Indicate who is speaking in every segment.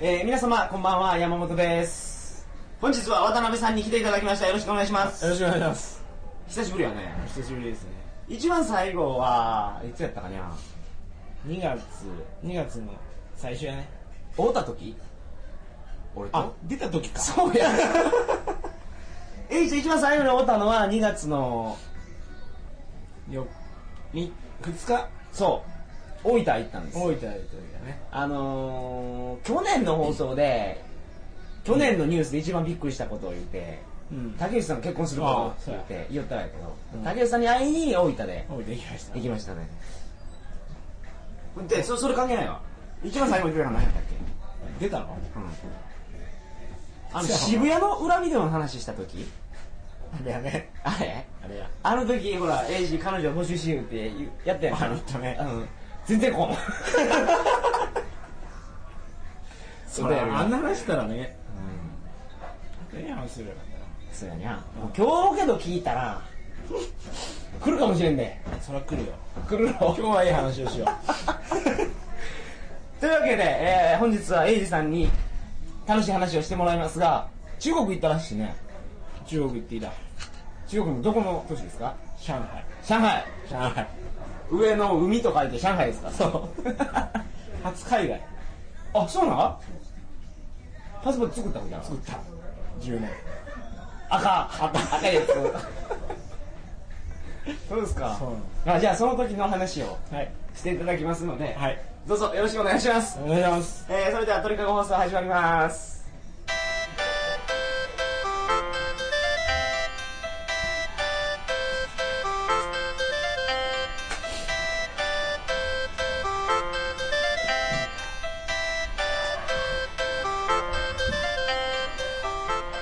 Speaker 1: えー皆様こんばんは山本です本日は渡辺さんに来ていただきましたよろしくお願いします
Speaker 2: よろしくお願いします
Speaker 1: 久しぶりやね
Speaker 2: 久しぶりですね
Speaker 1: 一番最後はいつやったかにゃ
Speaker 2: 2月2月の最初やね
Speaker 1: 会うた時俺
Speaker 2: あ出た時か
Speaker 1: そう やえいちゃん一番最後に会うたのは2月の
Speaker 2: よみ2日
Speaker 1: そう大分行ったんです
Speaker 2: 大分というかね
Speaker 1: あのー、去年の放送で、去年のニュースで一番びっくりしたことを言って、
Speaker 2: うん大
Speaker 1: 竹内さん結婚することって言って言ったらやけど、竹内さんに会いに大分で
Speaker 2: 分行きました
Speaker 1: 行きましたね。で、そそれ関係ないわ。一番最後に出たの何やったっけ
Speaker 2: 出たの
Speaker 1: あの、渋谷の裏ビデオの話した時
Speaker 2: あれやね
Speaker 1: あれ
Speaker 2: あれや
Speaker 1: あの時、ほら、エイジ彼女募集しようって言うやったやんか。
Speaker 2: あ言ったね
Speaker 1: うん。全然こん。
Speaker 2: それあんな話したらねええ話すればよかっ
Speaker 1: そうやにゃ。もう今日けど聞いたら、来るかもしれんで。
Speaker 2: たなそら来るよ
Speaker 1: 来る
Speaker 2: 今
Speaker 1: の
Speaker 2: 日はい い話をしよ
Speaker 1: というわけで、えー本日はエイジさんに楽しい話をしてもらいますが中国行ったらしいね
Speaker 2: う中国行っていいだ
Speaker 1: 中国のどこの都市ですか
Speaker 2: 上海
Speaker 1: 上海
Speaker 2: 上海
Speaker 1: 上の海と書いて上海ですかそう
Speaker 2: 初海外
Speaker 1: あそうなんパスポート作ったんじゃん
Speaker 2: 作った10年
Speaker 1: 赤赤赤いやつそうですか
Speaker 2: そうなんで
Speaker 1: あじゃあその時の話を
Speaker 2: はい
Speaker 1: していただきますので、
Speaker 2: はい
Speaker 1: どうぞよろしくお願いします、
Speaker 2: お願いします
Speaker 1: えーそれでは鳥かご放送始まります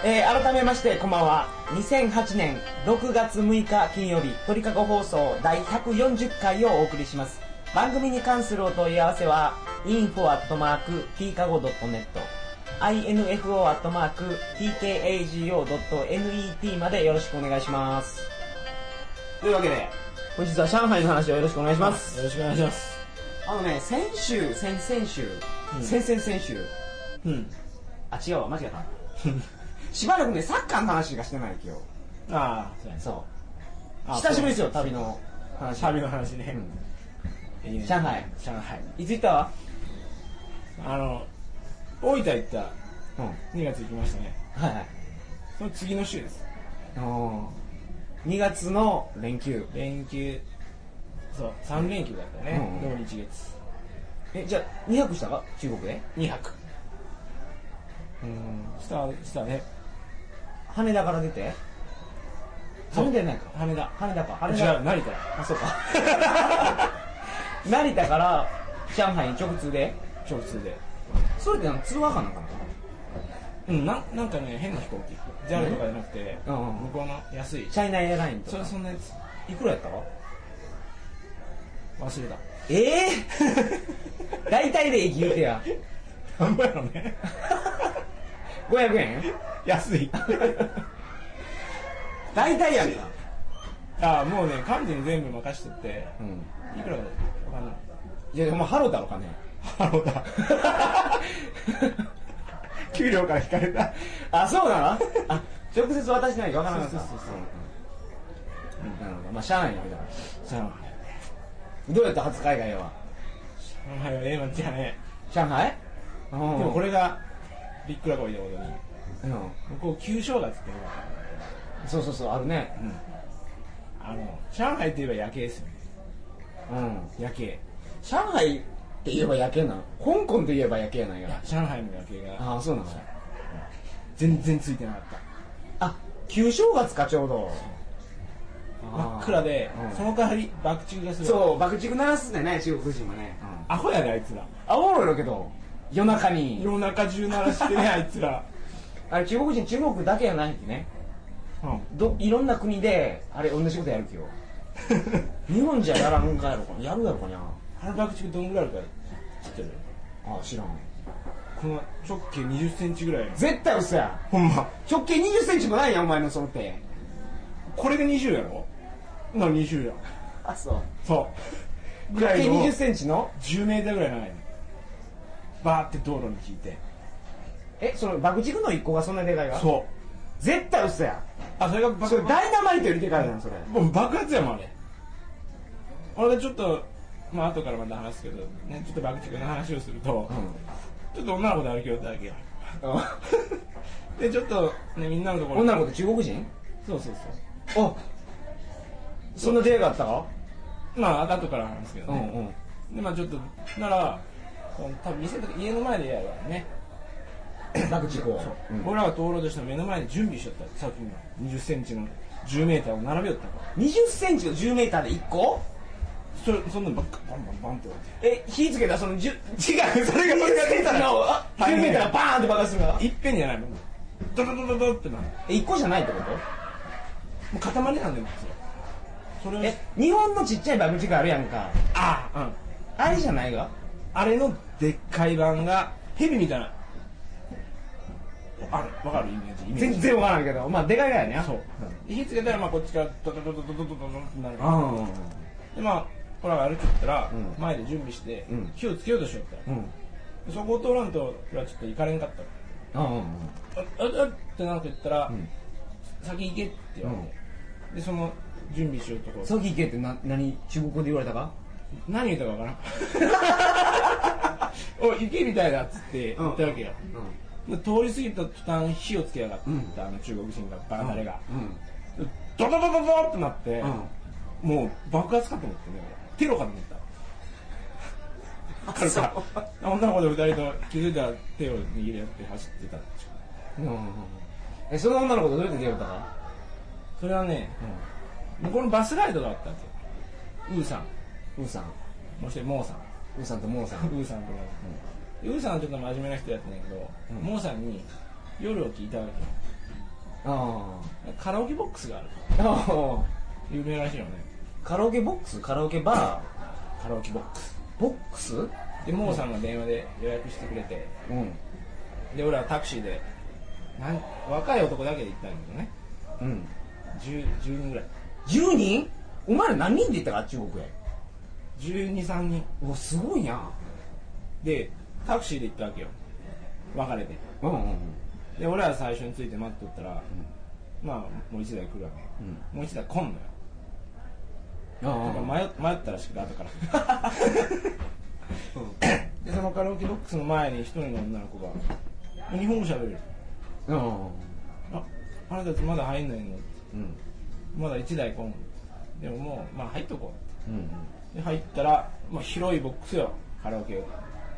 Speaker 1: えー改めましてこんばんは2008年6月6日金曜日鳥かご放送第140回をお送りします番組に関するお問い合わせは info.tkago.net info.tkago.net までよろしくお願いしますというわけで本日は上海の話をよろしくお願いします
Speaker 2: よろしくお願いします
Speaker 1: あのね先週先々週、先々先週
Speaker 2: うん
Speaker 1: あ違うわ間違え たしばらくねサッカーの話がしてない今日
Speaker 2: ああそうやね
Speaker 1: そ
Speaker 2: あ
Speaker 1: う。久しぶりですよ、旅の話。
Speaker 2: 旅の話ね
Speaker 1: うん。
Speaker 2: いいね
Speaker 1: 上海
Speaker 2: 上海
Speaker 1: いつ行った
Speaker 2: あの大分行った
Speaker 1: うん。は
Speaker 2: 2月行きましたね
Speaker 1: いはい。
Speaker 2: その次の週です
Speaker 1: 2月の連休。
Speaker 2: 連休そう3連休だったよ
Speaker 1: う
Speaker 2: ね土、
Speaker 1: んうん
Speaker 2: 日月
Speaker 1: え、じゃあ、2泊したか中国で
Speaker 2: 2泊
Speaker 1: うん。
Speaker 2: したしたね
Speaker 1: 羽田から出て
Speaker 2: そう
Speaker 1: 羽田やないか。
Speaker 2: 羽田
Speaker 1: 羽田か。羽
Speaker 2: 違う
Speaker 1: 田。
Speaker 2: 成田
Speaker 1: あ、そうか。 成田から上海に直通で。
Speaker 2: 直通で
Speaker 1: それでなんか通話かなんかな
Speaker 2: うんななんかね変な飛行機 JAL とかじゃなくて、
Speaker 1: うんうん
Speaker 2: 向こうの安い
Speaker 1: チャイナエアラインと
Speaker 2: それ
Speaker 1: か。
Speaker 2: そんなやつ
Speaker 1: いくらやったか
Speaker 2: 忘れ
Speaker 1: ええ ー、大体で言うてや。
Speaker 2: たなんぼやろね
Speaker 1: 500円
Speaker 2: 安 い
Speaker 1: 大体やんか。
Speaker 2: ああもうね完全に全部任しとって
Speaker 1: うん。
Speaker 2: いくらだわかんない
Speaker 1: いや、でもハローだろか ね。
Speaker 2: ハローだ給料から引かれた
Speaker 1: あ、そう なのあ、直接渡してないか分からなかった。
Speaker 2: そうそうそう
Speaker 1: うんうんなるほど。まあ、しゃあないな、みたいな。
Speaker 2: 上海
Speaker 1: どうやった初海外は
Speaker 2: 上海はええ街やね
Speaker 1: 上海で
Speaker 2: で
Speaker 1: も
Speaker 2: もこ、れがびっくらこいだことに
Speaker 1: うん。
Speaker 2: 向こう旧正月っていうのが
Speaker 1: そうそうそう、あるね。
Speaker 2: あの上海といえば夜景ですよね
Speaker 1: うん。
Speaker 2: 夜景
Speaker 1: 上海って言えば夜景なの香港って言えば夜景なん
Speaker 2: いや
Speaker 1: や。
Speaker 2: 上海の夜景が
Speaker 1: ああ、そうなの
Speaker 2: 全然ついてなかった
Speaker 1: あ、旧正月か、ちょうど。
Speaker 2: 真っ暗で、
Speaker 1: うん
Speaker 2: その代わり爆竹がする
Speaker 1: そう、爆竹鳴らすでね、中国人もね。うん。
Speaker 2: アホやであいつら
Speaker 1: あ、おもろいのけど、夜中に。
Speaker 2: 夜中中鳴ら してねあいつら
Speaker 1: あれ、中国人、中国だけやないきね。
Speaker 2: うん
Speaker 1: どいろんな国であれ同じことやるけよ日本じゃやらんかやろかなやるやろかにゃ
Speaker 2: あの爆竹どんぐらいあるか知ってる
Speaker 1: あ知らん
Speaker 2: この直径2 0ンチぐらいの
Speaker 1: 絶対嘘や
Speaker 2: ほんま
Speaker 1: 直径2 0ンチもないやんお前のその手
Speaker 2: これが20やろな20や
Speaker 1: あそう
Speaker 2: そうぐ
Speaker 1: 直
Speaker 2: らい
Speaker 1: 径2
Speaker 2: の
Speaker 1: 0ンチの
Speaker 2: 10メーターぐらい長いのバーって道路に聞いて
Speaker 1: えその爆竹の一個がそんなでかいわ
Speaker 2: そう
Speaker 1: 絶対嘘や
Speaker 2: あそれが
Speaker 1: んそ
Speaker 2: 爆
Speaker 1: れダイナマイトよりでかいなそれ
Speaker 2: もう爆発やもんあれ俺ちょっとまあ後からまた話すけど、ね、ちょっと爆竹の話をすると、ちょっと女の子と歩き寄ったわけよ でちょっと、ね、みんなのところ
Speaker 1: 女の子って中国人
Speaker 2: そうそうそ
Speaker 1: あそんな出会いがあったか
Speaker 2: うまあ後から話すけどね、
Speaker 1: うん
Speaker 2: でまあちょっとならその多分店とか家の前でやるわね、
Speaker 1: 爆竹をうん
Speaker 2: 僕らが通ろうとした目の前で準備しちゃったさっきの2 0ンチの1 0ーを並べよったから
Speaker 1: 20センチの10メーターで1個
Speaker 2: それそんなのばっかバンバンバンって置いて
Speaker 1: え火つけたらその10違うそれが
Speaker 2: それが
Speaker 1: 20センチのあ
Speaker 2: 大
Speaker 1: 10
Speaker 2: 変
Speaker 1: メーターがバーンって爆発するから
Speaker 2: いっぺんじゃないもんドドドドドってなるも
Speaker 1: え1個じゃないってこと
Speaker 2: う塊なんだよもうそれそれを
Speaker 1: え日本のちっちゃい爆竹あるやんか
Speaker 2: ああうん
Speaker 1: あれじゃないが
Speaker 2: あれのでっかい版が蛇みたいなあるわかるイメージイメージ
Speaker 1: 全然わからんけどまあでかいからやね
Speaker 2: そう火つけたらまあこっちからドドドドドドドドってなるから
Speaker 1: うんうん
Speaker 2: でまあ俺らが歩いてったら、
Speaker 1: うん
Speaker 2: 前で準備して、
Speaker 1: うん
Speaker 2: 火をつけようとしよった、
Speaker 1: うん
Speaker 2: そこを通らんと俺はちょっと行かれんかった
Speaker 1: うんうん
Speaker 2: あああってなんか言ったら、
Speaker 1: うん
Speaker 2: 先行けって言われて、でその準備しようとこ
Speaker 1: ソギー系ってな何中国語で言われたか
Speaker 2: 何言ったかわからんおい行けみたいだっつって言ったわけよ、で通り過ぎた途端火をつけやがって、
Speaker 1: うん
Speaker 2: あの中国人がバカタレが、
Speaker 1: うん
Speaker 2: でドドドドドってなって、
Speaker 1: うん
Speaker 2: もう爆発かと思ってね俺テロかと思った彼さ女の子で二人と気づいたら手を握り合って走ってたんでしょ
Speaker 1: うんうんうんえその女の子とどうやって出会ったか
Speaker 2: それはね、向こうのバスガイドがあったんですよウーさん
Speaker 1: ウーさん
Speaker 2: そしてモーさん
Speaker 1: ウーさんとモーさん
Speaker 2: ウーさんとモーさん、ウーさんはちょっと真面目な人やったんだけど、
Speaker 1: うん
Speaker 2: モーさんに夜を聞いたわ
Speaker 1: あ
Speaker 2: けよカラオケボックスがある
Speaker 1: ああ
Speaker 2: 有名らしいよね
Speaker 1: カラオケボックスカラオケバ
Speaker 2: カラオケボックス
Speaker 1: ーボックスう
Speaker 2: でモーさんが電話で予約してくれて
Speaker 1: ん
Speaker 2: で俺はタクシーでなん若い男だけで行ったんだけどね
Speaker 1: うん
Speaker 2: 10 10人ぐらい
Speaker 1: 10人お前ら何人で行ったか中国へ
Speaker 2: 123人
Speaker 1: うわすごいやん
Speaker 2: でタクシーで行ったわけよ別れて
Speaker 1: うんうんうん
Speaker 2: で俺は最初について待っとったら、まあもう一台来るわけ、もう一台来んのよだか
Speaker 1: あ
Speaker 2: ら迷迷ったらしくて後からでそのカラオケボックスの前に一人の女の子が「日本語喋れる
Speaker 1: あうん」
Speaker 2: あ「あなたたちまだ入んないの?」
Speaker 1: うん
Speaker 2: まだ一台来んのでももうまあ入っとこ
Speaker 1: うん
Speaker 2: うで入ったら、まあ、広いボックスよカラオケを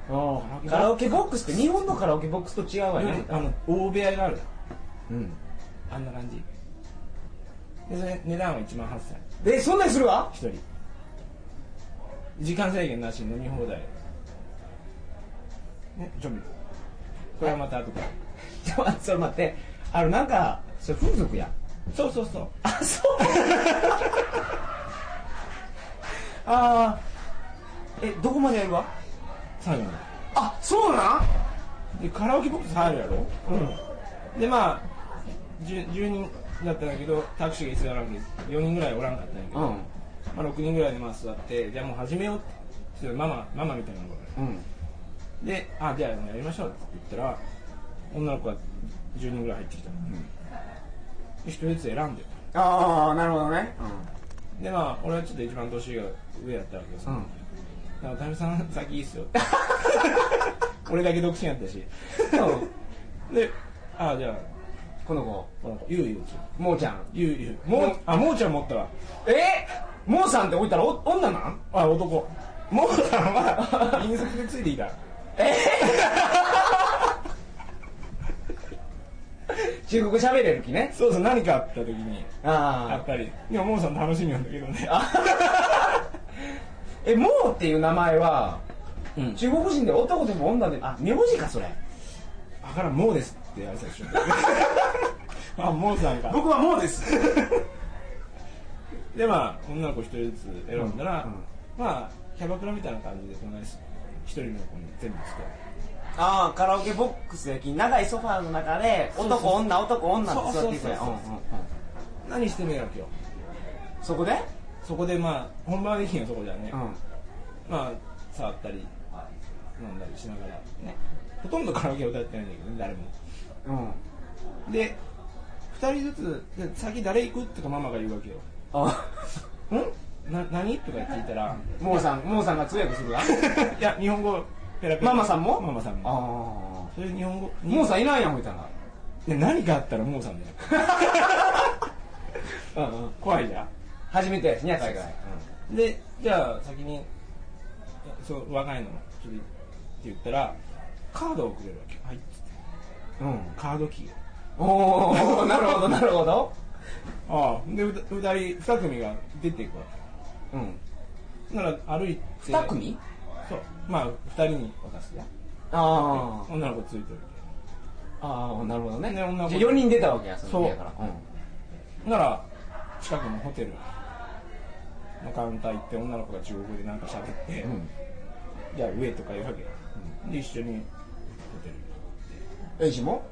Speaker 1: ああカラオケボックスって日本のカラオケボックスと違うわね
Speaker 2: あの大部屋がある
Speaker 1: うん
Speaker 2: あんな感じでそれ値段は1万8000円
Speaker 1: えそんなにするわ
Speaker 2: 1人時間制限なし飲み放題ねちょっとこれはまた後から
Speaker 1: ちょっと待ってあのなんかそれ風俗や
Speaker 2: そうそうそう
Speaker 1: あそう ああえどこまでやるわ
Speaker 2: 最後に
Speaker 1: あそうなん
Speaker 2: でカラオケボックス入るやろ
Speaker 1: うん
Speaker 2: でまあ 10, 10人だったんだけどタクシーが必要なわけです4人ぐらいおらんかったんだけど、
Speaker 1: うん
Speaker 2: まあ、6人ぐらいでまあ座ってじゃあもう始めようってちょっとママママみたいなのが
Speaker 1: うん
Speaker 2: で「あじゃあやりましょう」って言ったら女の子が10人ぐらい入ってきたの、で1人ずつ選んでよ
Speaker 1: ああなるほどね
Speaker 2: でまあ俺はちょっと一番年が上だったわけです、
Speaker 1: う
Speaker 2: うん
Speaker 1: うん
Speaker 2: だから「渡辺さん先いいっ すよ」俺だけ独身やったしで「あじゃあ
Speaker 1: この子
Speaker 2: この子ゆうゆうき
Speaker 1: もうちゃん
Speaker 2: ゆうゆうもうあもうちゃん持ったわ
Speaker 1: えもうさんって置いたらお女なん
Speaker 2: あ男もうさんは隕石でついていた
Speaker 1: 中国喋れる気ね
Speaker 2: そうそう何かあった時にや
Speaker 1: あ
Speaker 2: っ
Speaker 1: あ
Speaker 2: ぱりでももうさん楽しみなんだけどね
Speaker 1: えもうっていう名前は
Speaker 2: うん
Speaker 1: 中国人で男でも女でもあ名字かそれ
Speaker 2: あからんもうですってやりたでしょ あもうさんか
Speaker 1: 僕はもうです
Speaker 2: でまあ女の子一人ずつ選んだら、
Speaker 1: うんうん
Speaker 2: まあキャバクラみたいな感じで隣です一人の子に全部して
Speaker 1: ああカラオケボックスやき長いソファーの中で男女男女って座っていくやん
Speaker 2: そうそうそう何してもいいわけよ
Speaker 1: うんうんうんそこで
Speaker 2: そこでまあ本番はできんよそこじゃね、
Speaker 1: ん
Speaker 2: まあ触ったり飲んだりしながらねほとんどカラオケ歌ってないんだけどね誰も
Speaker 1: うん
Speaker 2: で2人ずつで先誰行くとかママが言うわけよ
Speaker 1: あ
Speaker 2: んな何とか言っていたら
Speaker 1: モーさんモーさんが通訳するわ
Speaker 2: いや日本語ペラペラ
Speaker 1: ママさんも
Speaker 2: ママさん
Speaker 1: あ
Speaker 2: も
Speaker 1: あ
Speaker 2: それ日本語
Speaker 1: モーさんいないやんみたいな
Speaker 2: で何かあったらモーさんだ よ
Speaker 1: うんうん
Speaker 2: 怖いじゃ
Speaker 1: 初めてやしね海外
Speaker 2: んでじゃあ先にそう若いのちょっとって言ったらカードをくれるわけはいっつって
Speaker 1: うん、うん、
Speaker 2: カードキー
Speaker 1: おおなるほどなるほど
Speaker 2: ああでうた2人2組が出ていくわ
Speaker 1: うん
Speaker 2: けなら歩いて
Speaker 1: 2組
Speaker 2: そうまあ2人に渡すや
Speaker 1: あ
Speaker 2: 女の子ついてる
Speaker 1: あああなるほどね
Speaker 2: ね女の子
Speaker 1: じゃ4人出たわけやその時
Speaker 2: そう
Speaker 1: やからう
Speaker 2: なら近くのホテルのカウンター行って女の子が中国語でなんか喋って、
Speaker 1: ん、うん
Speaker 2: じゃあ上とか言うわけよ、で一緒にホテル
Speaker 1: エイジも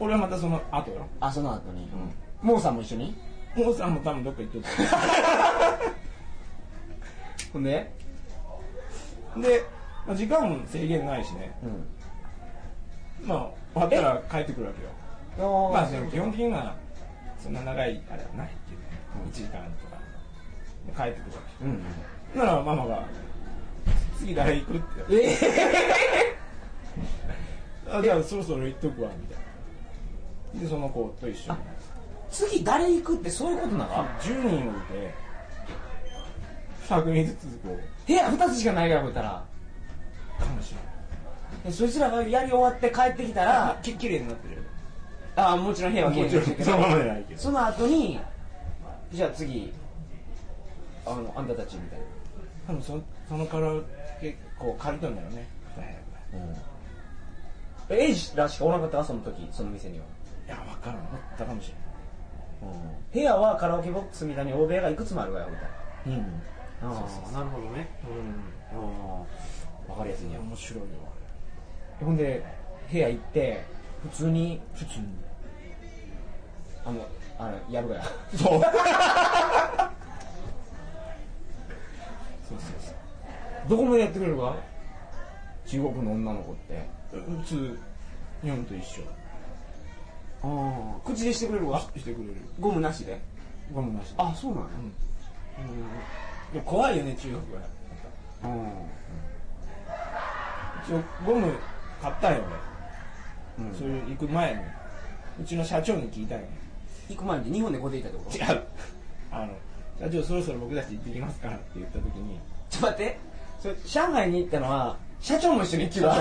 Speaker 2: 俺はまたその後よ
Speaker 1: あその後に、うん、モーさんも一緒に
Speaker 2: モーさんも多分どっか行っとっ
Speaker 1: ほんで
Speaker 2: た で、まあ、時間も制限ないしね
Speaker 1: うん
Speaker 2: まあ終わったら帰ってくるわけよ
Speaker 1: ま
Speaker 2: まあでも基本的にはそんな長いあれはないっていうね、1時間とかで帰ってくるわ
Speaker 1: うんうん
Speaker 2: けならママが「次誰行く?」って言われて
Speaker 1: え
Speaker 2: あじゃあそろそろ行っとくわみたいなでその子と一緒に
Speaker 1: 次誰行くってそういうことなの
Speaker 2: 10人をいて2組ずつこう
Speaker 1: 部屋2つしかないからこいたら
Speaker 2: かもしれ
Speaker 1: でそいつらがやり終わって帰ってきた
Speaker 2: ない
Speaker 1: ら
Speaker 2: ききれいになってるよ
Speaker 1: あもちろん部屋は綺麗
Speaker 2: も
Speaker 1: に
Speaker 2: ち
Speaker 1: し
Speaker 2: ろ
Speaker 1: てる
Speaker 2: ん
Speaker 1: け
Speaker 2: そ
Speaker 1: ど
Speaker 2: のままじゃないけど
Speaker 1: その後にじゃあ次あのあんたたちみたい
Speaker 2: 多分そそのカラオケこう借りたんだよね2部屋ぐらい
Speaker 1: な、うん、エイジらしかおらなかったその時その店にはい
Speaker 2: や分からんあったかもしれ
Speaker 1: 部屋はカラオケボックスみたいに大部屋がいくつもあるわよみたい
Speaker 2: ないうん
Speaker 1: なああなるほどねわかりやすい
Speaker 2: い
Speaker 1: ね
Speaker 2: や面白いよ
Speaker 1: ほんで部屋行って普通に
Speaker 2: あれ普通に
Speaker 1: あのあのやるがや
Speaker 2: そうそうそうそう
Speaker 1: どこまでやってくれるか中国の女の子って
Speaker 2: 普通日本と一緒
Speaker 1: ああ口でしてくれるわ
Speaker 2: してくれる
Speaker 1: ゴムなしで
Speaker 2: ゴムなし
Speaker 1: あそうなんや
Speaker 2: でも怖いよね中国は
Speaker 1: うん
Speaker 2: 一応ゴム買ったんよ
Speaker 1: う
Speaker 2: 俺、
Speaker 1: ん
Speaker 2: そういう行く前にうちの社長に聞いたんよ
Speaker 1: 行く前に日本でこうでいたってことちょ
Speaker 2: 違うあの社長そろそろ僕たち行ってきますからって言った時に
Speaker 1: っと待ってそれ上海に行ったのは社長も一緒に行ってた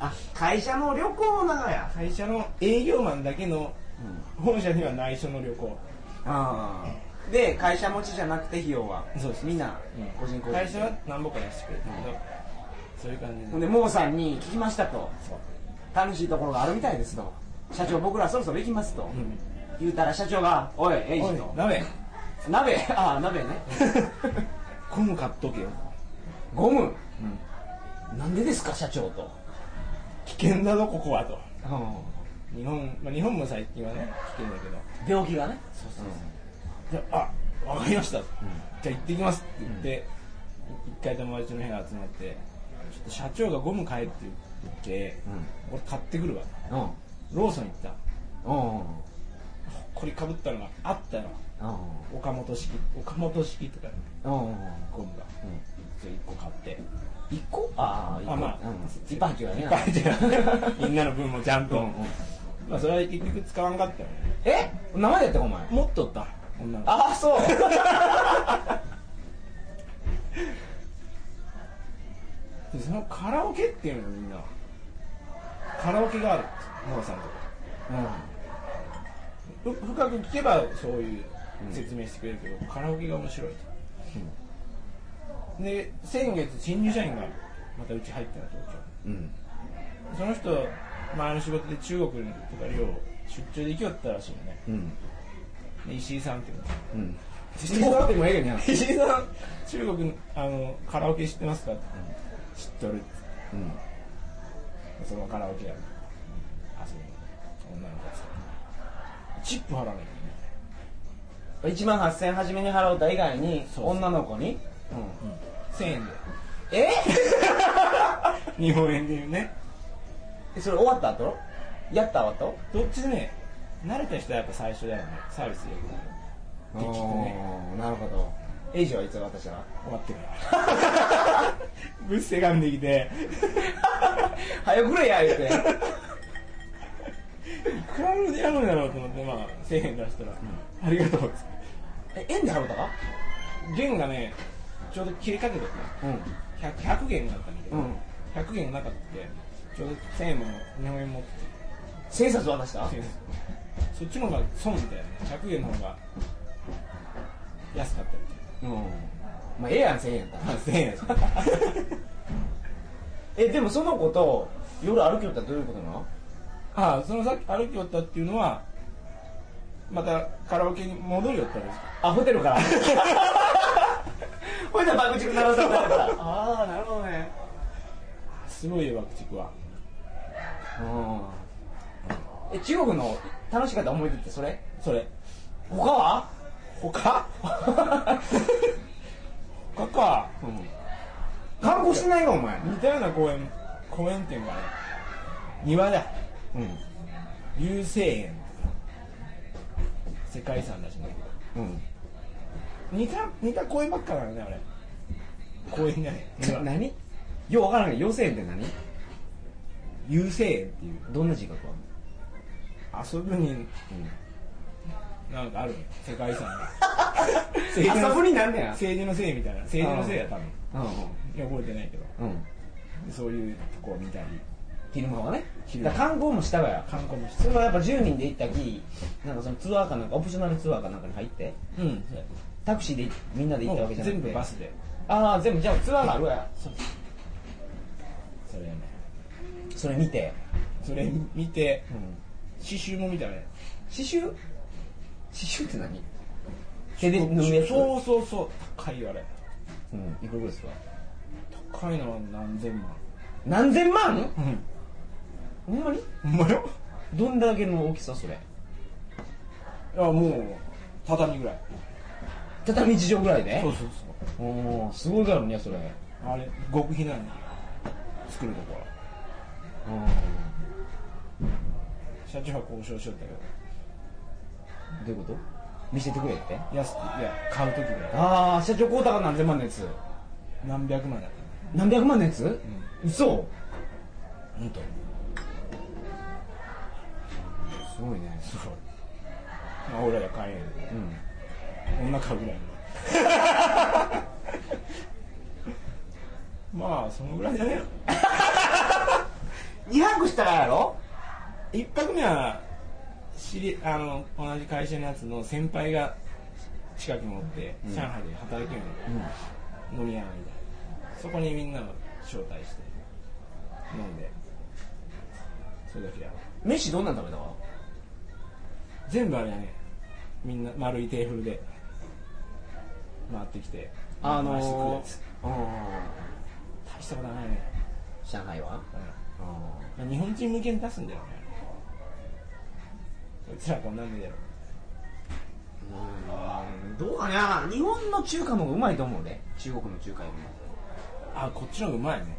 Speaker 1: あ会社の旅行なのや
Speaker 2: 会社の営業マンだけの
Speaker 1: うん
Speaker 2: 本社には内緒の旅行、
Speaker 1: ああで会社持ちじゃなくて費用は
Speaker 2: そうです
Speaker 1: みんな個人個人
Speaker 2: 会社は何ぼか出してくれたけど、そういう感じ
Speaker 1: ほ
Speaker 2: で
Speaker 1: んでモーさんに聞きましたと
Speaker 2: そう
Speaker 1: 楽しいところがあるみたいですと社長僕らそろそろ行きますと
Speaker 2: うん
Speaker 1: 言うたら社長が「おいエイジ
Speaker 2: おい
Speaker 1: と
Speaker 2: 鍋
Speaker 1: 鍋ああ鍋ね
Speaker 2: ゴム買っとけよ、
Speaker 1: ゴムなんでですか社長と
Speaker 2: 危険だぞここはと日本、まあ、日本も最近はね危険だけど
Speaker 1: 病気がね
Speaker 2: そうそうそう、であわかりました、じゃあ行ってきますって言って、い一回友達の部屋集まってちょっと社長がゴム買えって言って、俺買ってくるわ
Speaker 1: うんうん
Speaker 2: ローソン行った
Speaker 1: うん
Speaker 2: これかぶったのがあったの
Speaker 1: うん
Speaker 2: 岡本式岡本式とかね
Speaker 1: うん
Speaker 2: ゴムが1個買って
Speaker 1: 1個ああ
Speaker 2: あま
Speaker 1: 1
Speaker 2: あ
Speaker 1: 個うんいっぱい入ってるわね
Speaker 2: いっぱい入 ってるみんなの分もちゃんと、
Speaker 1: うんうん
Speaker 2: まあそれは結局使わんかったよね
Speaker 1: え生でやったかお前
Speaker 2: 持っとった女の子
Speaker 1: ああそう
Speaker 2: でそのカラオケっていうのよみんなカラオケがあるモーさんとかふ深く聞けばそういう説明してくれるけど、カラオケが面白いと、で先月新入社員がまたうち入ったの東
Speaker 1: うんうん
Speaker 2: 京その人前の仕事で中国とか寮出張で行きよったらしいよね
Speaker 1: うん
Speaker 2: で石井さんっていうの
Speaker 1: うん
Speaker 2: 石
Speaker 1: 口触ってもええけどね
Speaker 2: 石井さん中国あのカラオケ知ってますかって、知っとるっつって
Speaker 1: うん
Speaker 2: そのカラオケやるあそこ女の子ですチップ払わなきゃい
Speaker 1: 1万8000円初めに払うた以外に
Speaker 2: そうそう
Speaker 1: 女の子に
Speaker 2: けない1000円
Speaker 1: え
Speaker 2: で日本円で言うね
Speaker 1: えそれ終わった後やった後
Speaker 2: どっちでね慣れた人はやっぱ最初だよねサービスでよくなる
Speaker 1: で
Speaker 2: できてね
Speaker 1: なるほどエイジはいつ渡したら
Speaker 2: 終わってから ぶっせがんできて
Speaker 1: 早くれや言うて
Speaker 2: いくらでやるんだろうと思ってまあ1000円出したら、ありがとうっつって
Speaker 1: え円で払ったか
Speaker 2: 弦がねちょうど切れかけてた
Speaker 1: うん
Speaker 2: 100, 100弦があったんだけど、
Speaker 1: うん
Speaker 2: 100弦がなかったんでちょうど1000円も日本円持って
Speaker 1: 千冊渡した
Speaker 2: きてそっちの方が損みたいな100円の方が安かったみたいな
Speaker 1: うんまあええやん千円やったら
Speaker 2: まあ1000円やし
Speaker 1: えでもその子と夜歩きよったらどういうことなの
Speaker 2: ああそのさっき歩きよったっていうのはまたカラオケに戻るよったんです
Speaker 1: あホテルから ほいで爆竹鳴らされたからああなるほどね
Speaker 2: すごいよ爆竹は
Speaker 1: うんえ中国の楽しかった思い出ってそれ
Speaker 2: それ
Speaker 1: 他は
Speaker 2: 他他か、
Speaker 1: 観光してないよお前
Speaker 2: 似たような公園公園っていうかね庭だ
Speaker 1: うん
Speaker 2: 流星園世界遺産だしね
Speaker 1: うん
Speaker 2: 似た似た公園ばっかなのねあれ公園じゃない庭
Speaker 1: 何ようわからんけど幼稚園って何
Speaker 2: 流星園っていう
Speaker 1: どんな字書くわ
Speaker 2: 遊ぶになんかあるのよ世界遺産が 政治の
Speaker 1: 遊ぶになんねや
Speaker 2: 政治のせいみたいな政治のせいや多分
Speaker 1: うん
Speaker 2: いや覚えてないけど
Speaker 1: うんうん
Speaker 2: そういうとこを見たり
Speaker 1: 昼間はね
Speaker 2: 昼間
Speaker 1: だから観光もしたわよ
Speaker 2: 観光もし
Speaker 1: そ
Speaker 2: て
Speaker 1: れはやっぱ10人で行ったきなんかそのツアーかなんかオプショナルツアーかなんかに入って
Speaker 2: うん
Speaker 1: タクシーでみんなで行ったわけじゃなく
Speaker 2: 全
Speaker 1: て
Speaker 2: 部バスで
Speaker 1: ああ全部じゃあツアーがあるわよ
Speaker 2: そうそれやね
Speaker 1: それ見て、
Speaker 2: それ見て
Speaker 1: うん、
Speaker 2: 刺繍も見たね
Speaker 1: 刺繍刺繍って何手で縫うやつ
Speaker 2: そうそうそう高いよあれ
Speaker 1: うん、いくらぐらいですか
Speaker 2: 高いのは何千万
Speaker 1: 何千万
Speaker 2: うん
Speaker 1: ほんまに
Speaker 2: ほんまよ
Speaker 1: どんだけの大きさそれ
Speaker 2: いやもう畳ぐらい
Speaker 1: 畳一畳ぐらいで
Speaker 2: そうそう
Speaker 1: おおーすごいだろうねそれ
Speaker 2: そうあれ極秘なんだよ作るとこは
Speaker 1: うん
Speaker 2: 社長は交渉しよったけ
Speaker 1: どう
Speaker 2: ど
Speaker 1: いうこと見せてくれって
Speaker 2: 安くいや買う時で
Speaker 1: ああ社長買うたか何千万のやつ
Speaker 2: 何百万だったね
Speaker 1: 何百万のやつ、嘘
Speaker 2: 本当
Speaker 1: すごいね
Speaker 2: すごいまあ俺らが買えん
Speaker 1: うん
Speaker 2: 女買う ぐらいのまあそのぐらいだね
Speaker 1: 2泊したらやろ
Speaker 2: 一泊目は知りあの同じ会社のやつの先輩が近くにおって、上海で働くように飲み屋みたいなそこにみんなを招待して飲んでそれだけや
Speaker 1: 飯どんなん食べたわ
Speaker 2: 全部あれやねみんな丸いテーブルで回ってきて
Speaker 1: あ
Speaker 2: 回してくる
Speaker 1: の
Speaker 2: やつ
Speaker 1: ー、うん
Speaker 2: 大したことはないね、
Speaker 1: 上海は
Speaker 2: うん日本人向けに出すんだよねこいつらこんなんでやろ
Speaker 1: どうかな日本の中華の方がうまいと思うね中国の中華よ
Speaker 2: あこっちの方がうまいね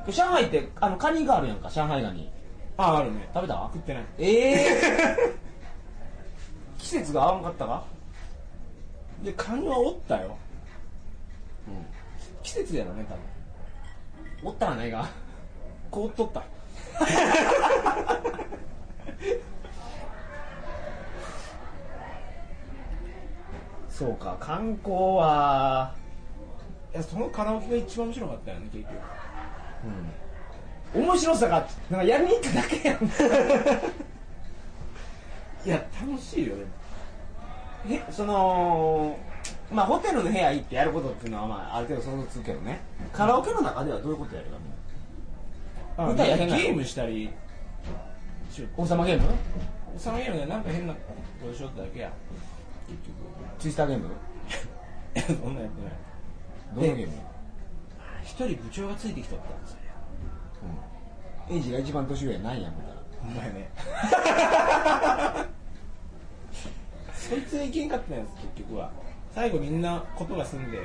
Speaker 1: りも上海ってあのカニがあるやんか上海ガニ
Speaker 2: ああるね
Speaker 1: 食べた
Speaker 2: 食ってない
Speaker 1: ええ 季節が合わんかったか
Speaker 2: でカニはおったよ、
Speaker 1: うん
Speaker 2: 季節やろね多分
Speaker 1: おったらないが
Speaker 2: 凍っとった
Speaker 1: そうか観光はい
Speaker 2: やそのカラオケが一番面白かったよね結局
Speaker 1: 面白さがなんかやりに行っただけやん
Speaker 2: いや楽しいよでも
Speaker 1: えそのまあホテルの部屋行ってやることっていうのはまあある程度想像つくけどねカラオケの中ではどういうことやるか
Speaker 2: あ
Speaker 1: 歌や
Speaker 2: ゲ
Speaker 1: れない
Speaker 2: ームしたりしよ
Speaker 1: 王様ゲーム
Speaker 2: うそのゲームでなんか変なことしよっただけや
Speaker 1: ツイスターゲーム
Speaker 2: 結局 そんなんやってない
Speaker 1: どんなゲーム
Speaker 2: 一人部長がついてきとったんですよ
Speaker 1: エイジが一番年上やないやんみたいな
Speaker 2: ほんまや ねそいつがいけんかったんやつ結局は最後みんなことが済んで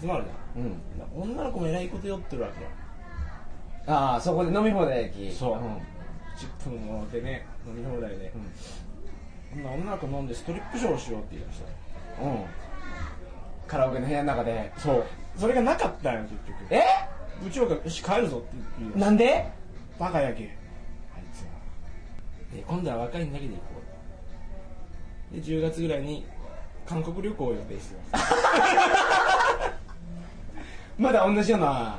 Speaker 2: 集まるじゃん
Speaker 1: うんうん
Speaker 2: 女の子もえらいこと酔ってるわけよ
Speaker 1: ああそこで飲み放題やき
Speaker 2: そう、
Speaker 1: ん
Speaker 2: 10分もでね飲み放題で、こんな女の子飲んでストリップショーをしようって言い出した
Speaker 1: うん、カラオケの部屋の中で
Speaker 2: そうそれがなかったんよ結局
Speaker 1: え
Speaker 2: 部長が「よし帰るぞ」って言って
Speaker 1: なんで
Speaker 2: バカやけあいつはで今度は若いなりで行こうで10月ぐらいに韓国旅行を予定してます
Speaker 1: まだ同じような、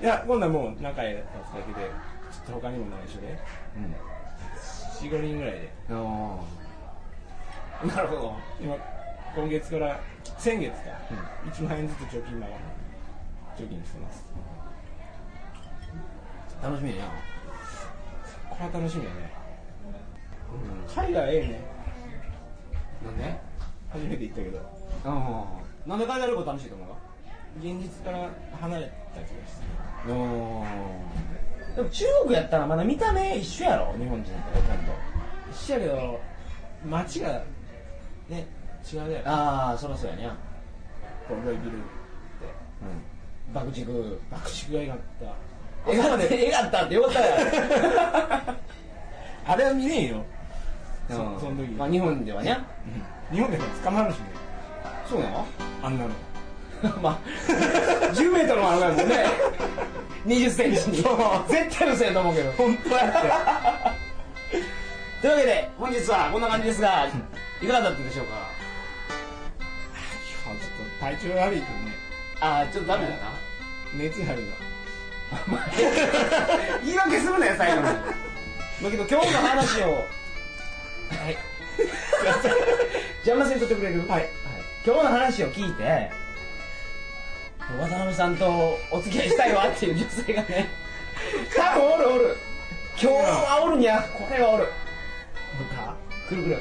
Speaker 2: いや今度はもう仲良いやつだけでちょっと他にも内緒で
Speaker 1: うん
Speaker 2: 45人ぐらいで
Speaker 1: あーなるほど
Speaker 2: 今今月から先月か、1万円ずつ貯金ながら貯金してます
Speaker 1: 楽しみやな
Speaker 2: これは楽しみやね、海外ええね
Speaker 1: なんで
Speaker 2: 初めて行ったけど
Speaker 1: うんなんで海外旅行楽しいと思うか
Speaker 2: 現実から離れた気がして
Speaker 1: うんでも中国やったらまだ見た目一緒やろ日本人とほとんど
Speaker 2: 一緒やけど街がね違うね
Speaker 1: ああそろそろやにゃ
Speaker 2: こうロイビルって
Speaker 1: うん爆竹
Speaker 2: 爆竹がいがった
Speaker 1: えがったえがったってよかった や
Speaker 2: あれは見ねえよそ
Speaker 1: うん
Speaker 2: その時
Speaker 1: まあ日本ではね
Speaker 2: 日本でも捕まるしね
Speaker 1: そうなの
Speaker 2: あんなの
Speaker 1: まあ、10メートルもあるからもんね。20センチに。絶対嘘やと思うけど。
Speaker 2: 本当やっ
Speaker 1: というわけで、本日はこんな感じですが、いかがだったでしょうか
Speaker 2: て今日ちょっと体調悪いとね
Speaker 1: あー、ちょっとダメだな。
Speaker 2: 熱があるの
Speaker 1: 言い訳するなよ、最後に。だけど今日の話を、
Speaker 2: はい
Speaker 1: 邪魔せんとってくれる
Speaker 2: はい
Speaker 1: 今日の話を聞いて、渡辺さんとお付き合いしたいわっていう女性がね、多分おるおる。今日はおるにゃ、これはおる。
Speaker 2: 僕か
Speaker 1: くるくる。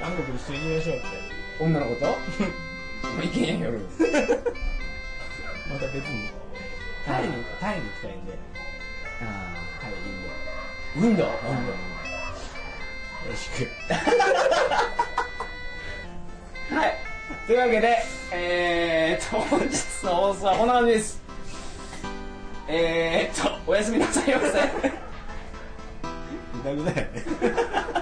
Speaker 2: 韓国一緒に行きましょうって
Speaker 1: 女の子とまあいけんやん夜
Speaker 2: また別にタイにタイに行きたいんで
Speaker 1: あ
Speaker 2: タイインド
Speaker 1: ウィ
Speaker 2: よ
Speaker 1: ンドウ
Speaker 2: ろし く
Speaker 1: はいというわけでえー、っと 本日の放送はこんな感じですえー、っとおやすみなさいませ
Speaker 2: ぐだぐだやね